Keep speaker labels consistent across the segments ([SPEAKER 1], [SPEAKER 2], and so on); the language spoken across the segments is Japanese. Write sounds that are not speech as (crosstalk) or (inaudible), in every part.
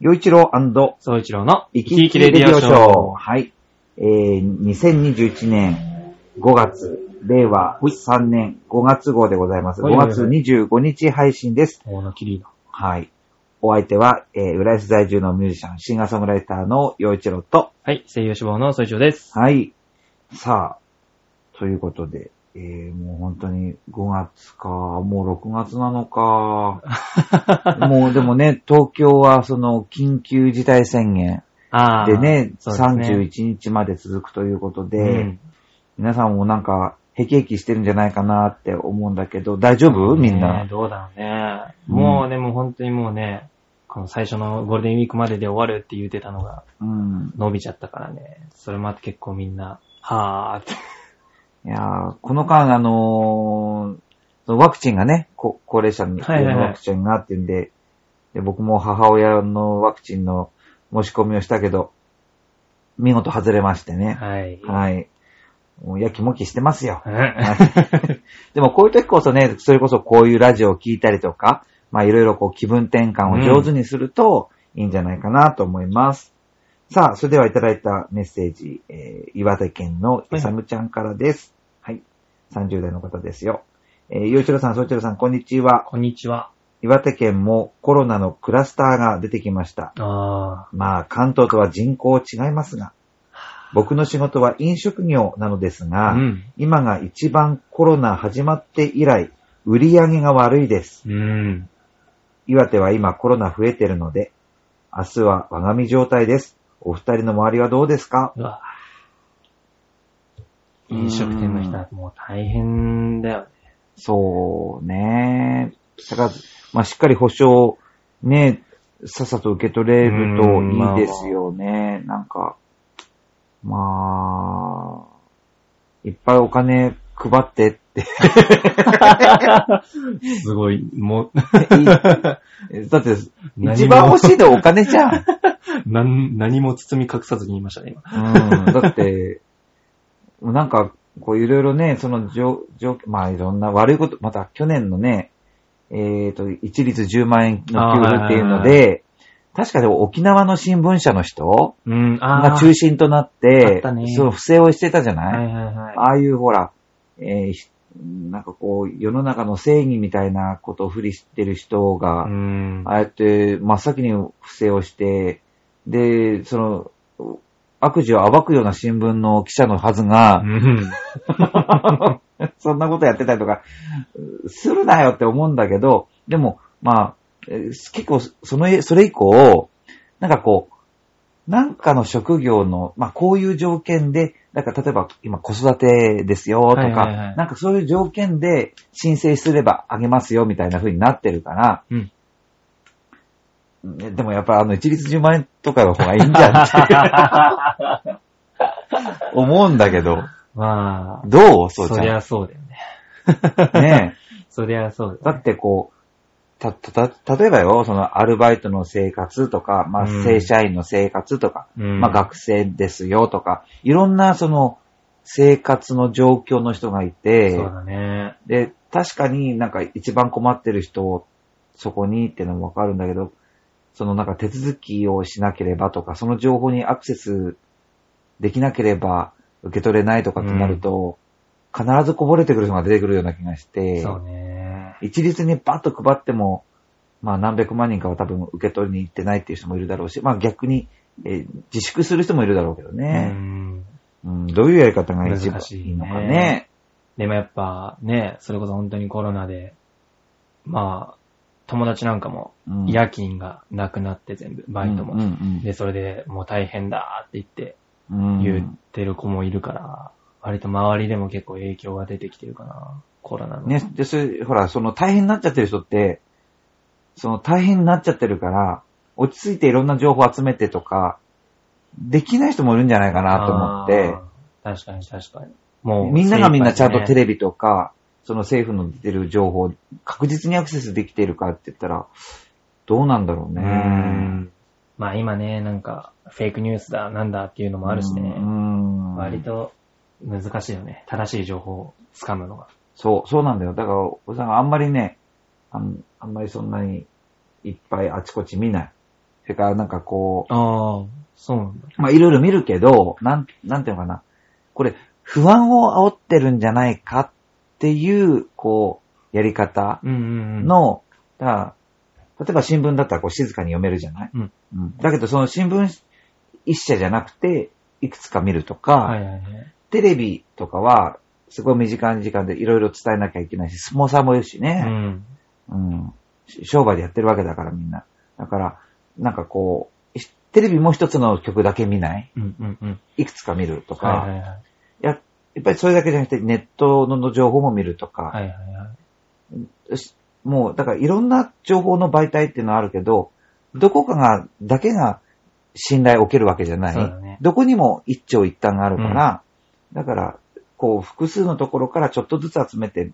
[SPEAKER 1] 洋一郎生
[SPEAKER 2] 総一郎の
[SPEAKER 1] き生きレディオショー。はい。えー、2021年5月、令和3年5月号でございます。
[SPEAKER 2] はい
[SPEAKER 1] 5
[SPEAKER 2] はいはい
[SPEAKER 1] 月25日配信です。
[SPEAKER 2] 大野キリーナ。
[SPEAKER 1] はい。お相手は、えー、浦安在住のミュージシャン、シンガーソングライターの洋一郎と、
[SPEAKER 2] はい、声優志望の総一郎です。
[SPEAKER 1] はい。さあ、ということで、えー、もう本当に5月か、もう6月なの (laughs) か。もうでもね、東京はその緊急事態宣言
[SPEAKER 2] あー
[SPEAKER 1] でね、
[SPEAKER 2] そうです
[SPEAKER 1] 31日まで続くということで、
[SPEAKER 2] うん
[SPEAKER 1] 皆さんもなんか、へきへきしてるんじゃないかなって思うんだけど、大丈夫みん
[SPEAKER 2] ね
[SPEAKER 1] な。
[SPEAKER 2] どうだろうね。
[SPEAKER 1] うん
[SPEAKER 2] もうでも本当にもうね、この最初のゴールデンウィークまでで終わるって言うてたのが
[SPEAKER 1] うん。
[SPEAKER 2] 伸びちゃったからね。それもあって結構みんな、はーって。
[SPEAKER 1] いやーこの間、あのーそのワクチンがね、こ高齢者に
[SPEAKER 2] はいはいはい
[SPEAKER 1] ワクチンがあってんで、で、僕も母親のワクチンの申し込みをしたけど、見事外れましてね。
[SPEAKER 2] はい。
[SPEAKER 1] はい。もうやきもきしてますよ。
[SPEAKER 2] うん
[SPEAKER 1] でもこういう時こそね、それこそこういうラジオを聞いたりとか、まあいろいろこう気分転換を上手にするといいんじゃないかなと思います。さあ、それではいただいたメッセージ、えー岩手県のいさむちゃんからです。はい。30代の方ですよ。えー、ゆういちろさん、そいちろさん、こんにちは。
[SPEAKER 2] こんにちは。
[SPEAKER 1] 岩手県もコロナのクラスターが出てきました。
[SPEAKER 2] あ
[SPEAKER 1] まあ、関東とは人口違いますが、僕の仕事は飲食業なのです
[SPEAKER 2] あ。
[SPEAKER 1] が、
[SPEAKER 2] うん。
[SPEAKER 1] 今が一番コロナ始まって以来、売り上げが悪いです。
[SPEAKER 2] うん。
[SPEAKER 1] 岩手は今コロナ増えてるので、明日は我が身状態です。お二人の周りはどうですか
[SPEAKER 2] うわ飲食店の人はもう大変だよね。
[SPEAKER 1] そうね。だから、まあ、しっかり保証、ね、さっさと受け取れるといいですよね。なんか、まあ、いっぱいお金配ってって
[SPEAKER 2] すごい、も
[SPEAKER 1] 言いだって、
[SPEAKER 2] (laughs) 何も
[SPEAKER 1] 一番欲しいのはお金じゃん。
[SPEAKER 2] う、なん、何も包み隠さずに言いましたね、今。
[SPEAKER 1] うんだって、もうなんか、こういろいろね、その状、状、まあいろんな悪いこと、また去年のね、えっ、と、一律10万円の給付っていうの
[SPEAKER 2] あーは
[SPEAKER 1] で、確かでも沖縄の新聞社の人
[SPEAKER 2] うん、あ
[SPEAKER 1] が中心となっ
[SPEAKER 2] あってたね、
[SPEAKER 1] その不正をしてたじゃ
[SPEAKER 2] は
[SPEAKER 1] ないい、
[SPEAKER 2] はいはい。
[SPEAKER 1] ああいうほら、えーひなんかこう、世の中の正義みたいなことを不利してる人が、
[SPEAKER 2] うん。
[SPEAKER 1] ああやって真っ先に不正をして、で、その、悪事を暴くような新聞の記者のはずが、 (laughs) そんなことやってたりとか、うするなよって思うんだけど、でも、まあ、えー結構、その、それ以降、なんかこう、なんかの職業の、まあこういう条件で、なんか例えば今子育てですよとか、
[SPEAKER 2] はいはいはい
[SPEAKER 1] なんかそういう条件で申請すればあげますよみたいな風になってるから、
[SPEAKER 2] うん
[SPEAKER 1] ねでもやっぱあの一律10万円とかの方がいいん (laughs) じゃんって思うんだけど、
[SPEAKER 2] (laughs) まあ、
[SPEAKER 1] どうそ
[SPEAKER 2] そう
[SPEAKER 1] ちゃん。
[SPEAKER 2] りゃそうだよね。
[SPEAKER 1] ねえ
[SPEAKER 2] そりゃそう
[SPEAKER 1] だ
[SPEAKER 2] だよ、ね。
[SPEAKER 1] ってこう、た、た、た、例えばよ、そのアルバイトの生活とか、まあ、
[SPEAKER 2] うん
[SPEAKER 1] 正社員の生活とか、
[SPEAKER 2] うん
[SPEAKER 1] まあ、学生ですよとか、いろんなその生活の状況の人がいて
[SPEAKER 2] そう、だね。
[SPEAKER 1] で、確かになんか一番困ってる人をそこにっていうのもわかるんだけど、そのなんか手続きをしなければとか、その情報にアクセスできなければ受け取れないとかってなると、必ずこぼれてくる人が出てくるような気がして、
[SPEAKER 2] そうね。
[SPEAKER 1] 一律にバッと配っても、まあ何百万人かは多分受け取りに行ってないっていう人もいるだろうし、まあ逆に、えー自粛する人もいるだろうけど
[SPEAKER 2] う
[SPEAKER 1] ね。
[SPEAKER 2] ん。
[SPEAKER 1] うん、どういうやり方が一番
[SPEAKER 2] 難しいね
[SPEAKER 1] いいのかね。
[SPEAKER 2] でもやっぱ、ね、それこそ本当にコロナで、まあ、友達なんかも、
[SPEAKER 1] うん
[SPEAKER 2] 夜勤がなくなって全部、バイトも。
[SPEAKER 1] うんうん
[SPEAKER 2] で、それでもう大変だーって言って、
[SPEAKER 1] うん
[SPEAKER 2] 言ってる子もいるから、割と周りでも結構影響が出てきてるかな。コロナの。
[SPEAKER 1] ね、で、それ、ほら、その大変になっちゃってる人って、その大変になっちゃってるから、落ち着いていろんな情報集めてとか、できない人もいるんじゃないかなと思って、
[SPEAKER 2] あー。確かに確かに。もう、
[SPEAKER 1] みんながみんなちゃんとテ
[SPEAKER 2] レ
[SPEAKER 1] レビとか、その政府の出てる情報、確実にアクセスできているかって言ったら、どうなんだろう
[SPEAKER 2] ビ
[SPEAKER 1] ね。
[SPEAKER 2] まあ今ね、なんか、フェイクニュースだ、なんだっていうのもあるしね
[SPEAKER 1] う、ん。
[SPEAKER 2] 割と難しいよね。正しい情報を掴むのが。
[SPEAKER 1] そう、そうなんだよ。だから、おじさんがあんまりね、あんあんまりそんなにいっぱいあちこち見ない。てか、なんかこ
[SPEAKER 2] ああ、そうなんだ。
[SPEAKER 1] う、まあ、いろいろ見るけど、なん、なんていうのかな。これ、不安を煽ってるんじゃないかっていう、こう、やり方
[SPEAKER 2] うんうんうん。
[SPEAKER 1] の、だから例えば新聞だったらこう静かに読めるじゃない、
[SPEAKER 2] うん
[SPEAKER 1] だけどその新聞一社じゃなくて、いくつか見るとか、
[SPEAKER 2] はいはいはい。
[SPEAKER 1] テレビとかは、すごい短い時間でいろいろ伝えなきゃいけないし、スポンサーもいるし
[SPEAKER 2] う
[SPEAKER 1] ね、
[SPEAKER 2] ん。
[SPEAKER 1] うんし商売でやってるわけだからみんな。だから、なんかこう、ひテレビも一つの曲だけ見ない
[SPEAKER 2] うんうんうん。
[SPEAKER 1] いくつか見るとか、
[SPEAKER 2] はいはいはい。
[SPEAKER 1] ややっぱりそれだけじゃなくてネットの情報も見るとか、
[SPEAKER 2] はいはいはい。
[SPEAKER 1] しもう、だからいろんな情報の媒体っていうのはあるけど、どこかが、だけが信頼を受けるわけじゃない。
[SPEAKER 2] そうだね
[SPEAKER 1] どこにも一長一短があるから、だから、こう、複数のところからちょっとずつ集めて、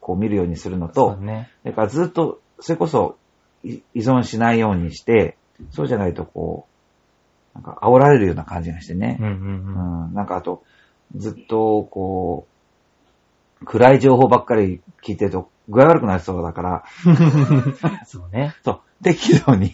[SPEAKER 1] こう見るようにするの
[SPEAKER 2] そうだ
[SPEAKER 1] と、
[SPEAKER 2] ね。
[SPEAKER 1] だからずっと、それこそ、い依存しないようにして、そうじゃないとこう、なんか煽られるような感じがしてね。
[SPEAKER 2] うんうんうん。
[SPEAKER 1] うん、なんかあと、ずっと、こう、暗い情報ばっかり聞いてると具合悪くなりそうだから、
[SPEAKER 2] そうね。
[SPEAKER 1] そう、適度
[SPEAKER 2] (laughs)
[SPEAKER 1] に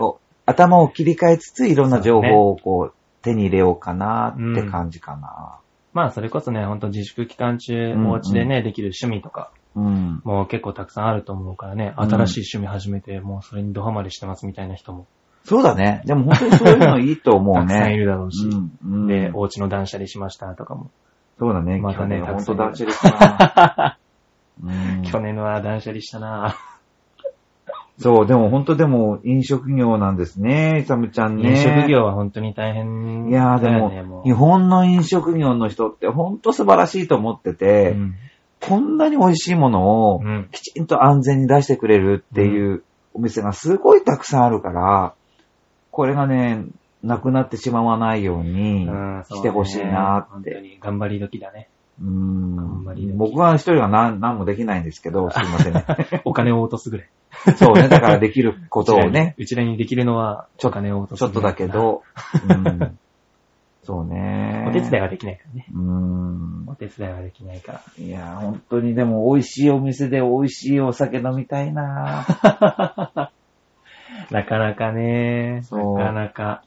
[SPEAKER 1] こう、頭を切り替えつつ、いろんな情報をこう、手に入れようかなって感じかな。
[SPEAKER 2] まあ、それこそね、ほんと自粛期間中、
[SPEAKER 1] んうん
[SPEAKER 2] お家でね、できる趣味とか、
[SPEAKER 1] うん。
[SPEAKER 2] もう結構たくさんあると思うからね、
[SPEAKER 1] うん
[SPEAKER 2] 新しい趣味始めて、もうそれにドハマりしてますみたいな人も、
[SPEAKER 1] そうだね。でも本当にそういうのいいと思
[SPEAKER 2] た
[SPEAKER 1] う
[SPEAKER 2] くさんい (laughs)
[SPEAKER 1] ね。
[SPEAKER 2] るだろう
[SPEAKER 1] う
[SPEAKER 2] し、
[SPEAKER 1] んうん
[SPEAKER 2] で、お家の断捨離しましたとかも、
[SPEAKER 1] そうだね。
[SPEAKER 2] またね
[SPEAKER 1] 去年
[SPEAKER 2] たく
[SPEAKER 1] 本
[SPEAKER 2] さ
[SPEAKER 1] 当
[SPEAKER 2] ん
[SPEAKER 1] 断捨離した
[SPEAKER 2] (laughs)
[SPEAKER 1] な、うん
[SPEAKER 2] 去年は断捨離したな
[SPEAKER 1] そう、でも本当でも飲食業なんですね、イサムちゃんね。
[SPEAKER 2] 飲 (laughs) 食業は本当に大変
[SPEAKER 1] いやーで
[SPEAKER 2] だよ
[SPEAKER 1] も
[SPEAKER 2] ね、う
[SPEAKER 1] 日本の飲食業の人って本当素晴らしいと思ってて、
[SPEAKER 2] うん
[SPEAKER 1] こんなに美味しいものを
[SPEAKER 2] うん
[SPEAKER 1] きちんと安全に出してくれるっていうお店がすごいたくさんあるから、これがね、なくなってしまわないように
[SPEAKER 2] うんそうね
[SPEAKER 1] してほしいなっ
[SPEAKER 2] 本当
[SPEAKER 1] て。
[SPEAKER 2] に頑張り時だね。
[SPEAKER 1] うん
[SPEAKER 2] 頑張りだ
[SPEAKER 1] 僕は一人は何何もできないんですけど、すいませんね。 (laughs)
[SPEAKER 2] お金を落とすぐらい。
[SPEAKER 1] そうね、だからできること
[SPEAKER 2] (laughs)
[SPEAKER 1] をね、
[SPEAKER 2] うちらに。うちらにできるのは、
[SPEAKER 1] ちょ
[SPEAKER 2] お金を落とす
[SPEAKER 1] ちょっとだけ
[SPEAKER 2] ぐらい
[SPEAKER 1] ど、うんそうね
[SPEAKER 2] か。な。お手伝いはできないからね。
[SPEAKER 1] うん
[SPEAKER 2] お手伝いはできないから。
[SPEAKER 1] いやー、本当にでも美味しいお店で美味しいお酒飲みたいな
[SPEAKER 2] (laughs)
[SPEAKER 1] ー
[SPEAKER 2] なかなかね、
[SPEAKER 1] そう
[SPEAKER 2] なかなか、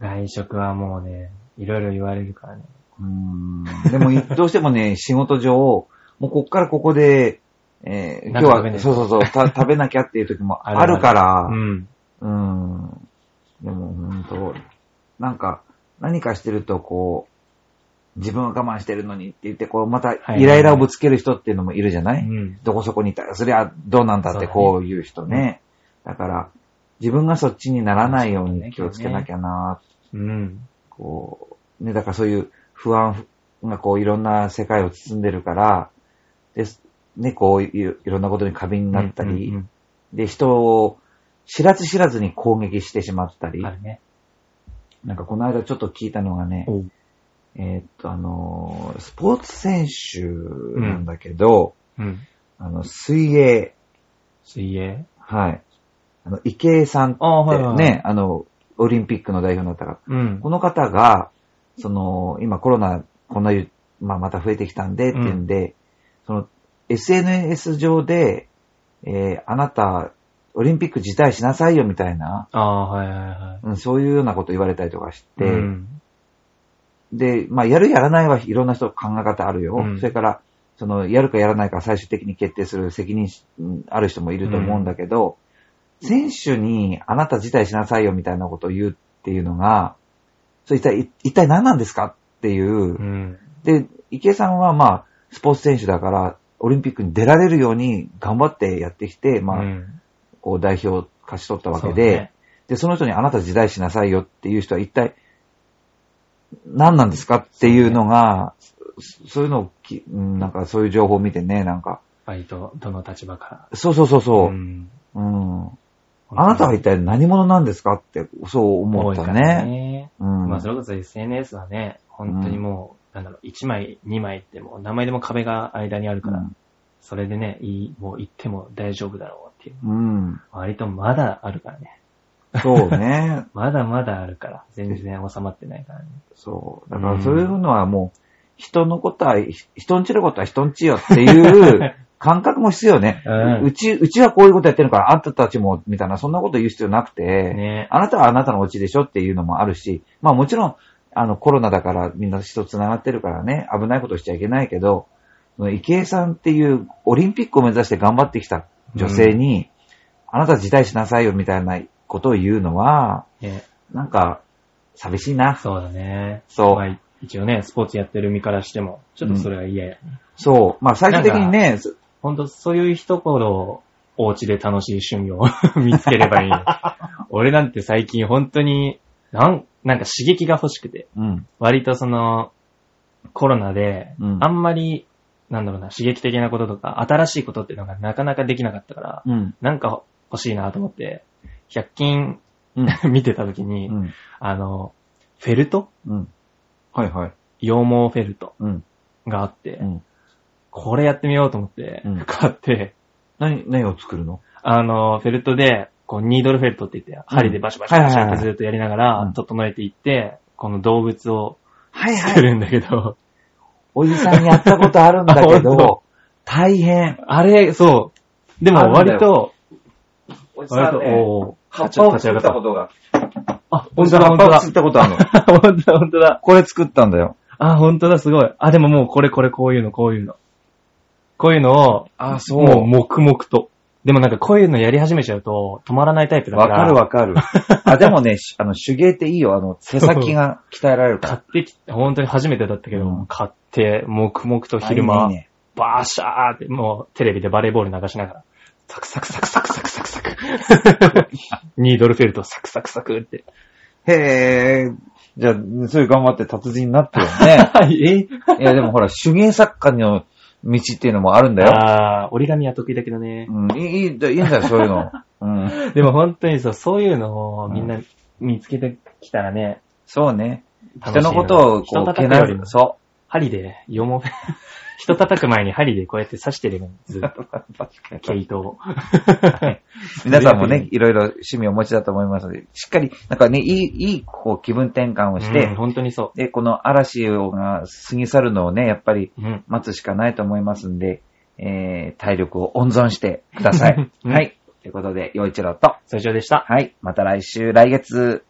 [SPEAKER 2] 外食はもうね、いろいろ言われるからね。
[SPEAKER 1] うーん。でもい、どうしてもね、仕事上、もうこっからここで、えー今
[SPEAKER 2] な
[SPEAKER 1] 日
[SPEAKER 2] んか食べな
[SPEAKER 1] は、
[SPEAKER 2] い
[SPEAKER 1] そうそうそう、た (laughs) 食べなきゃっていう時も
[SPEAKER 2] ある
[SPEAKER 1] あるから、
[SPEAKER 2] うん。
[SPEAKER 1] うーん。でも、本当なんか、何かしてると、こう、自分は我慢してるのにって言って、こう、また
[SPEAKER 2] はい
[SPEAKER 1] イライラをぶつける人っていうのもいるじゃな
[SPEAKER 2] う
[SPEAKER 1] い、
[SPEAKER 2] ん。
[SPEAKER 1] どこそこにいたら、そりゃどうなんだってこういう人ね。だから、自分がそっちにならないように気をつけなきゃな、
[SPEAKER 2] うん。
[SPEAKER 1] こう、ね、だからそういう不安がこういろんな世界を包んでるから、で、ね、こういういろんなことに過敏になったり、
[SPEAKER 2] うん
[SPEAKER 1] で、人を知らず知らずに攻撃してしまった
[SPEAKER 2] う
[SPEAKER 1] り
[SPEAKER 2] ん、あるね。
[SPEAKER 1] なんかこの間ちょっと聞いたのがね、
[SPEAKER 2] うん
[SPEAKER 1] えーっと、あのー、スポーツ選手なんだけど、
[SPEAKER 2] うん。
[SPEAKER 1] あの、水泳、
[SPEAKER 2] 水泳
[SPEAKER 1] はい。あの、池江さんって
[SPEAKER 2] ああ、はいはい。。
[SPEAKER 1] ね、あの、オリンピックの代表になった方。
[SPEAKER 2] うん。
[SPEAKER 1] この方が、その、今コロナ、こんなゆ、まあ、また増えてきたんで、っていうんで、その、SNS 上で、えーあなた、オリンピック辞退しなさいよ、みたいな、
[SPEAKER 2] ああ、はいはいはい。
[SPEAKER 1] うん、そういうようなこと言われたりとかして、
[SPEAKER 2] うん
[SPEAKER 1] で、まあ、やるやらないはいろんな人の考え方あるよ。
[SPEAKER 2] うん
[SPEAKER 1] それから、その、やるかやらないか最終的に決定する責任うんある人もいると思うんだけど、選手にあなた自体しなさいよみたいなことを言うっていうのが、それ一体、一体何なんですかっていう
[SPEAKER 2] う。ん。
[SPEAKER 1] で、池江さんはまあ、スポーツ選手だから、オリンピックに出られるように頑張ってやってきて、まあ、
[SPEAKER 2] うん
[SPEAKER 1] こう代表を勝ち取ったわ
[SPEAKER 2] そ
[SPEAKER 1] け
[SPEAKER 2] う
[SPEAKER 1] で、
[SPEAKER 2] ね
[SPEAKER 1] で、その人にあなた自代しなさいよっていう人は一体何なんですかっていうのが、そそういうのをき、うんなんかそういう情報を見てね、なんか、
[SPEAKER 2] バイト、どの立場から。
[SPEAKER 1] そうそうそうそう、
[SPEAKER 2] ん
[SPEAKER 1] うん。あなたは一体何者なんですかって、そう思
[SPEAKER 2] 多
[SPEAKER 1] っ
[SPEAKER 2] い
[SPEAKER 1] た
[SPEAKER 2] か
[SPEAKER 1] ね。
[SPEAKER 2] らね。
[SPEAKER 1] うん。
[SPEAKER 2] まあ、それこそ SNS はね、本当にもう、なんだろう、1枚、2枚ってもう、何枚でも壁が間にあるから、それでね、いい、もう行っても大丈夫だろうっていう。
[SPEAKER 1] うん。うん
[SPEAKER 2] 割とまだあるからね。
[SPEAKER 1] そうね。 (laughs)
[SPEAKER 2] まだまだあるから。全然収まってないからね。
[SPEAKER 1] そう。だからそういうのはもう、人のことは、ひ人んちのことは人んちよって
[SPEAKER 2] (laughs)
[SPEAKER 1] いう感覚も必要ね。
[SPEAKER 2] うん
[SPEAKER 1] うち、うちはこういうことやってるから、あんたたちも、みたいな、そんなこと言う必要なくて、
[SPEAKER 2] ね
[SPEAKER 1] あなたはあなたのお家でしょっていうのもあるし、まあもちろん、あのコロナだからみんな人繋がってるからね、危ないことしちゃいけないけど、その池江さんっていうオリンピックを目指して頑張ってきた女性に、あなた辞退しなさいよみたいなことを言うのは、
[SPEAKER 2] ね
[SPEAKER 1] なんか、寂しいな。
[SPEAKER 2] そうだね。
[SPEAKER 1] そう
[SPEAKER 2] まあ一応ね、スポーツやってる身からしても、ちょっとそれは嫌や。
[SPEAKER 1] そう。まあ最終的にね、そ
[SPEAKER 2] ほんと、そういう一頃、お家で楽しい趣味を (laughs) 見つければいい。俺なんて最近本当に、なん、なんか刺激が欲しくて。
[SPEAKER 1] うん、
[SPEAKER 2] 割とその、コロナで、
[SPEAKER 1] うん
[SPEAKER 2] あんまり、なんだろうな、刺激的なこととか、新しいことっていうのがなかなかできなかったから、
[SPEAKER 1] うん、
[SPEAKER 2] なんか欲しいなと思って、100均
[SPEAKER 1] うん、
[SPEAKER 2] (laughs) 見てた時に、
[SPEAKER 1] うん、
[SPEAKER 2] あの、フェルト
[SPEAKER 1] うん。はいはい。
[SPEAKER 2] 羊毛フェルト
[SPEAKER 1] うん、
[SPEAKER 2] があって、
[SPEAKER 1] うん。
[SPEAKER 2] これやってみようと思って
[SPEAKER 1] うん、
[SPEAKER 2] 買って、
[SPEAKER 1] 何、何を作るの
[SPEAKER 2] あの、フェルトで、こう、ニードルフェルトって言って、針でバシバシバ
[SPEAKER 1] は
[SPEAKER 2] シ
[SPEAKER 1] いはいは
[SPEAKER 2] バ
[SPEAKER 1] い
[SPEAKER 2] シずっとやりなが
[SPEAKER 1] う
[SPEAKER 2] ら
[SPEAKER 1] ん、
[SPEAKER 2] 整えていって、この動物を
[SPEAKER 1] はい
[SPEAKER 2] 作。るんだけ
[SPEAKER 1] (laughs)
[SPEAKER 2] ど、
[SPEAKER 1] おじさんやったことあるんだけ (laughs)
[SPEAKER 2] あ本
[SPEAKER 1] ど
[SPEAKER 2] 当、
[SPEAKER 1] 大変。
[SPEAKER 2] あれ、そう。で
[SPEAKER 1] ある
[SPEAKER 2] も
[SPEAKER 1] んだよ
[SPEAKER 2] 割と、
[SPEAKER 1] おじ
[SPEAKER 2] 割と、おー
[SPEAKER 1] 葉っぱを作ったことが。
[SPEAKER 2] あ、
[SPEAKER 1] お
[SPEAKER 2] 本
[SPEAKER 1] じ
[SPEAKER 2] 当
[SPEAKER 1] さん葉
[SPEAKER 2] だ、
[SPEAKER 1] っ
[SPEAKER 2] 本
[SPEAKER 1] ぱを
[SPEAKER 2] 当だ。
[SPEAKER 1] 作ったことあるの。
[SPEAKER 2] 本当だ、 (laughs) 本当だ。
[SPEAKER 1] (laughs) これ作ったんだよ。
[SPEAKER 2] あ、本当だ、すごい。あ、でももうこれこれこういうの、こういうの。こういうのを、
[SPEAKER 1] あ
[SPEAKER 2] もう黙々と。でもなんかこういうのやり始めちゃうと、止まらないタイプだか
[SPEAKER 1] わ
[SPEAKER 2] ら。
[SPEAKER 1] かるわかる。あ、でもね、しあの、手芸っていいよ。あの、手先が鍛えられるか (laughs)
[SPEAKER 2] 買っ
[SPEAKER 1] ら。
[SPEAKER 2] てきて、本当に初めてだったけど、
[SPEAKER 1] うん
[SPEAKER 2] 買って、黙々と昼
[SPEAKER 1] あい
[SPEAKER 2] 間
[SPEAKER 1] い、ね
[SPEAKER 2] バーシャーって、もうテレビでバレーボール流しながら、サクサクサクサクサクサクサク。
[SPEAKER 1] (laughs)
[SPEAKER 2] ニードルフェルトサクサクサクって。
[SPEAKER 1] へえ。じゃあ、それ頑張って達人になってよね。
[SPEAKER 2] はい、
[SPEAKER 1] (laughs) いや、でもほら、手芸作家の道っていうのもあるん
[SPEAKER 2] え
[SPEAKER 1] だよ。
[SPEAKER 2] あー折り紙は得意だけどね。
[SPEAKER 1] うん、いい、いいいいんだよ、そういうの。うん。
[SPEAKER 2] (laughs) でも本当にそう、そういうのを
[SPEAKER 1] うん
[SPEAKER 2] みんな見つけてきたらね、
[SPEAKER 1] そうね。
[SPEAKER 2] 楽しい
[SPEAKER 1] 人のことを、こ
[SPEAKER 2] 人
[SPEAKER 1] う、
[SPEAKER 2] 叩
[SPEAKER 1] け
[SPEAKER 2] く
[SPEAKER 1] な
[SPEAKER 2] より
[SPEAKER 1] る
[SPEAKER 2] も。
[SPEAKER 1] そ
[SPEAKER 2] 針で、よも、 (laughs) 人叩く前に針でこうやって刺してればいいずっ (laughs) と、
[SPEAKER 1] う。確かに
[SPEAKER 2] 毛糸を。
[SPEAKER 1] 皆さんもね (laughs)
[SPEAKER 2] ぜ、
[SPEAKER 1] いろいろ趣味をお持ちだと思いますので、しっかり、なんかね、いい、いい、こう、気分転換をして、
[SPEAKER 2] うん本当にそ
[SPEAKER 1] で、この嵐が過ぎ去るのをね、やっぱり
[SPEAKER 2] う。うん。
[SPEAKER 1] 待つしかないと思いますんで、えー、体力を温存してください
[SPEAKER 2] (laughs) 。うん
[SPEAKER 1] はい。ということで、陽一郎と、
[SPEAKER 2] 最初でした。
[SPEAKER 1] はい。また来週、来月、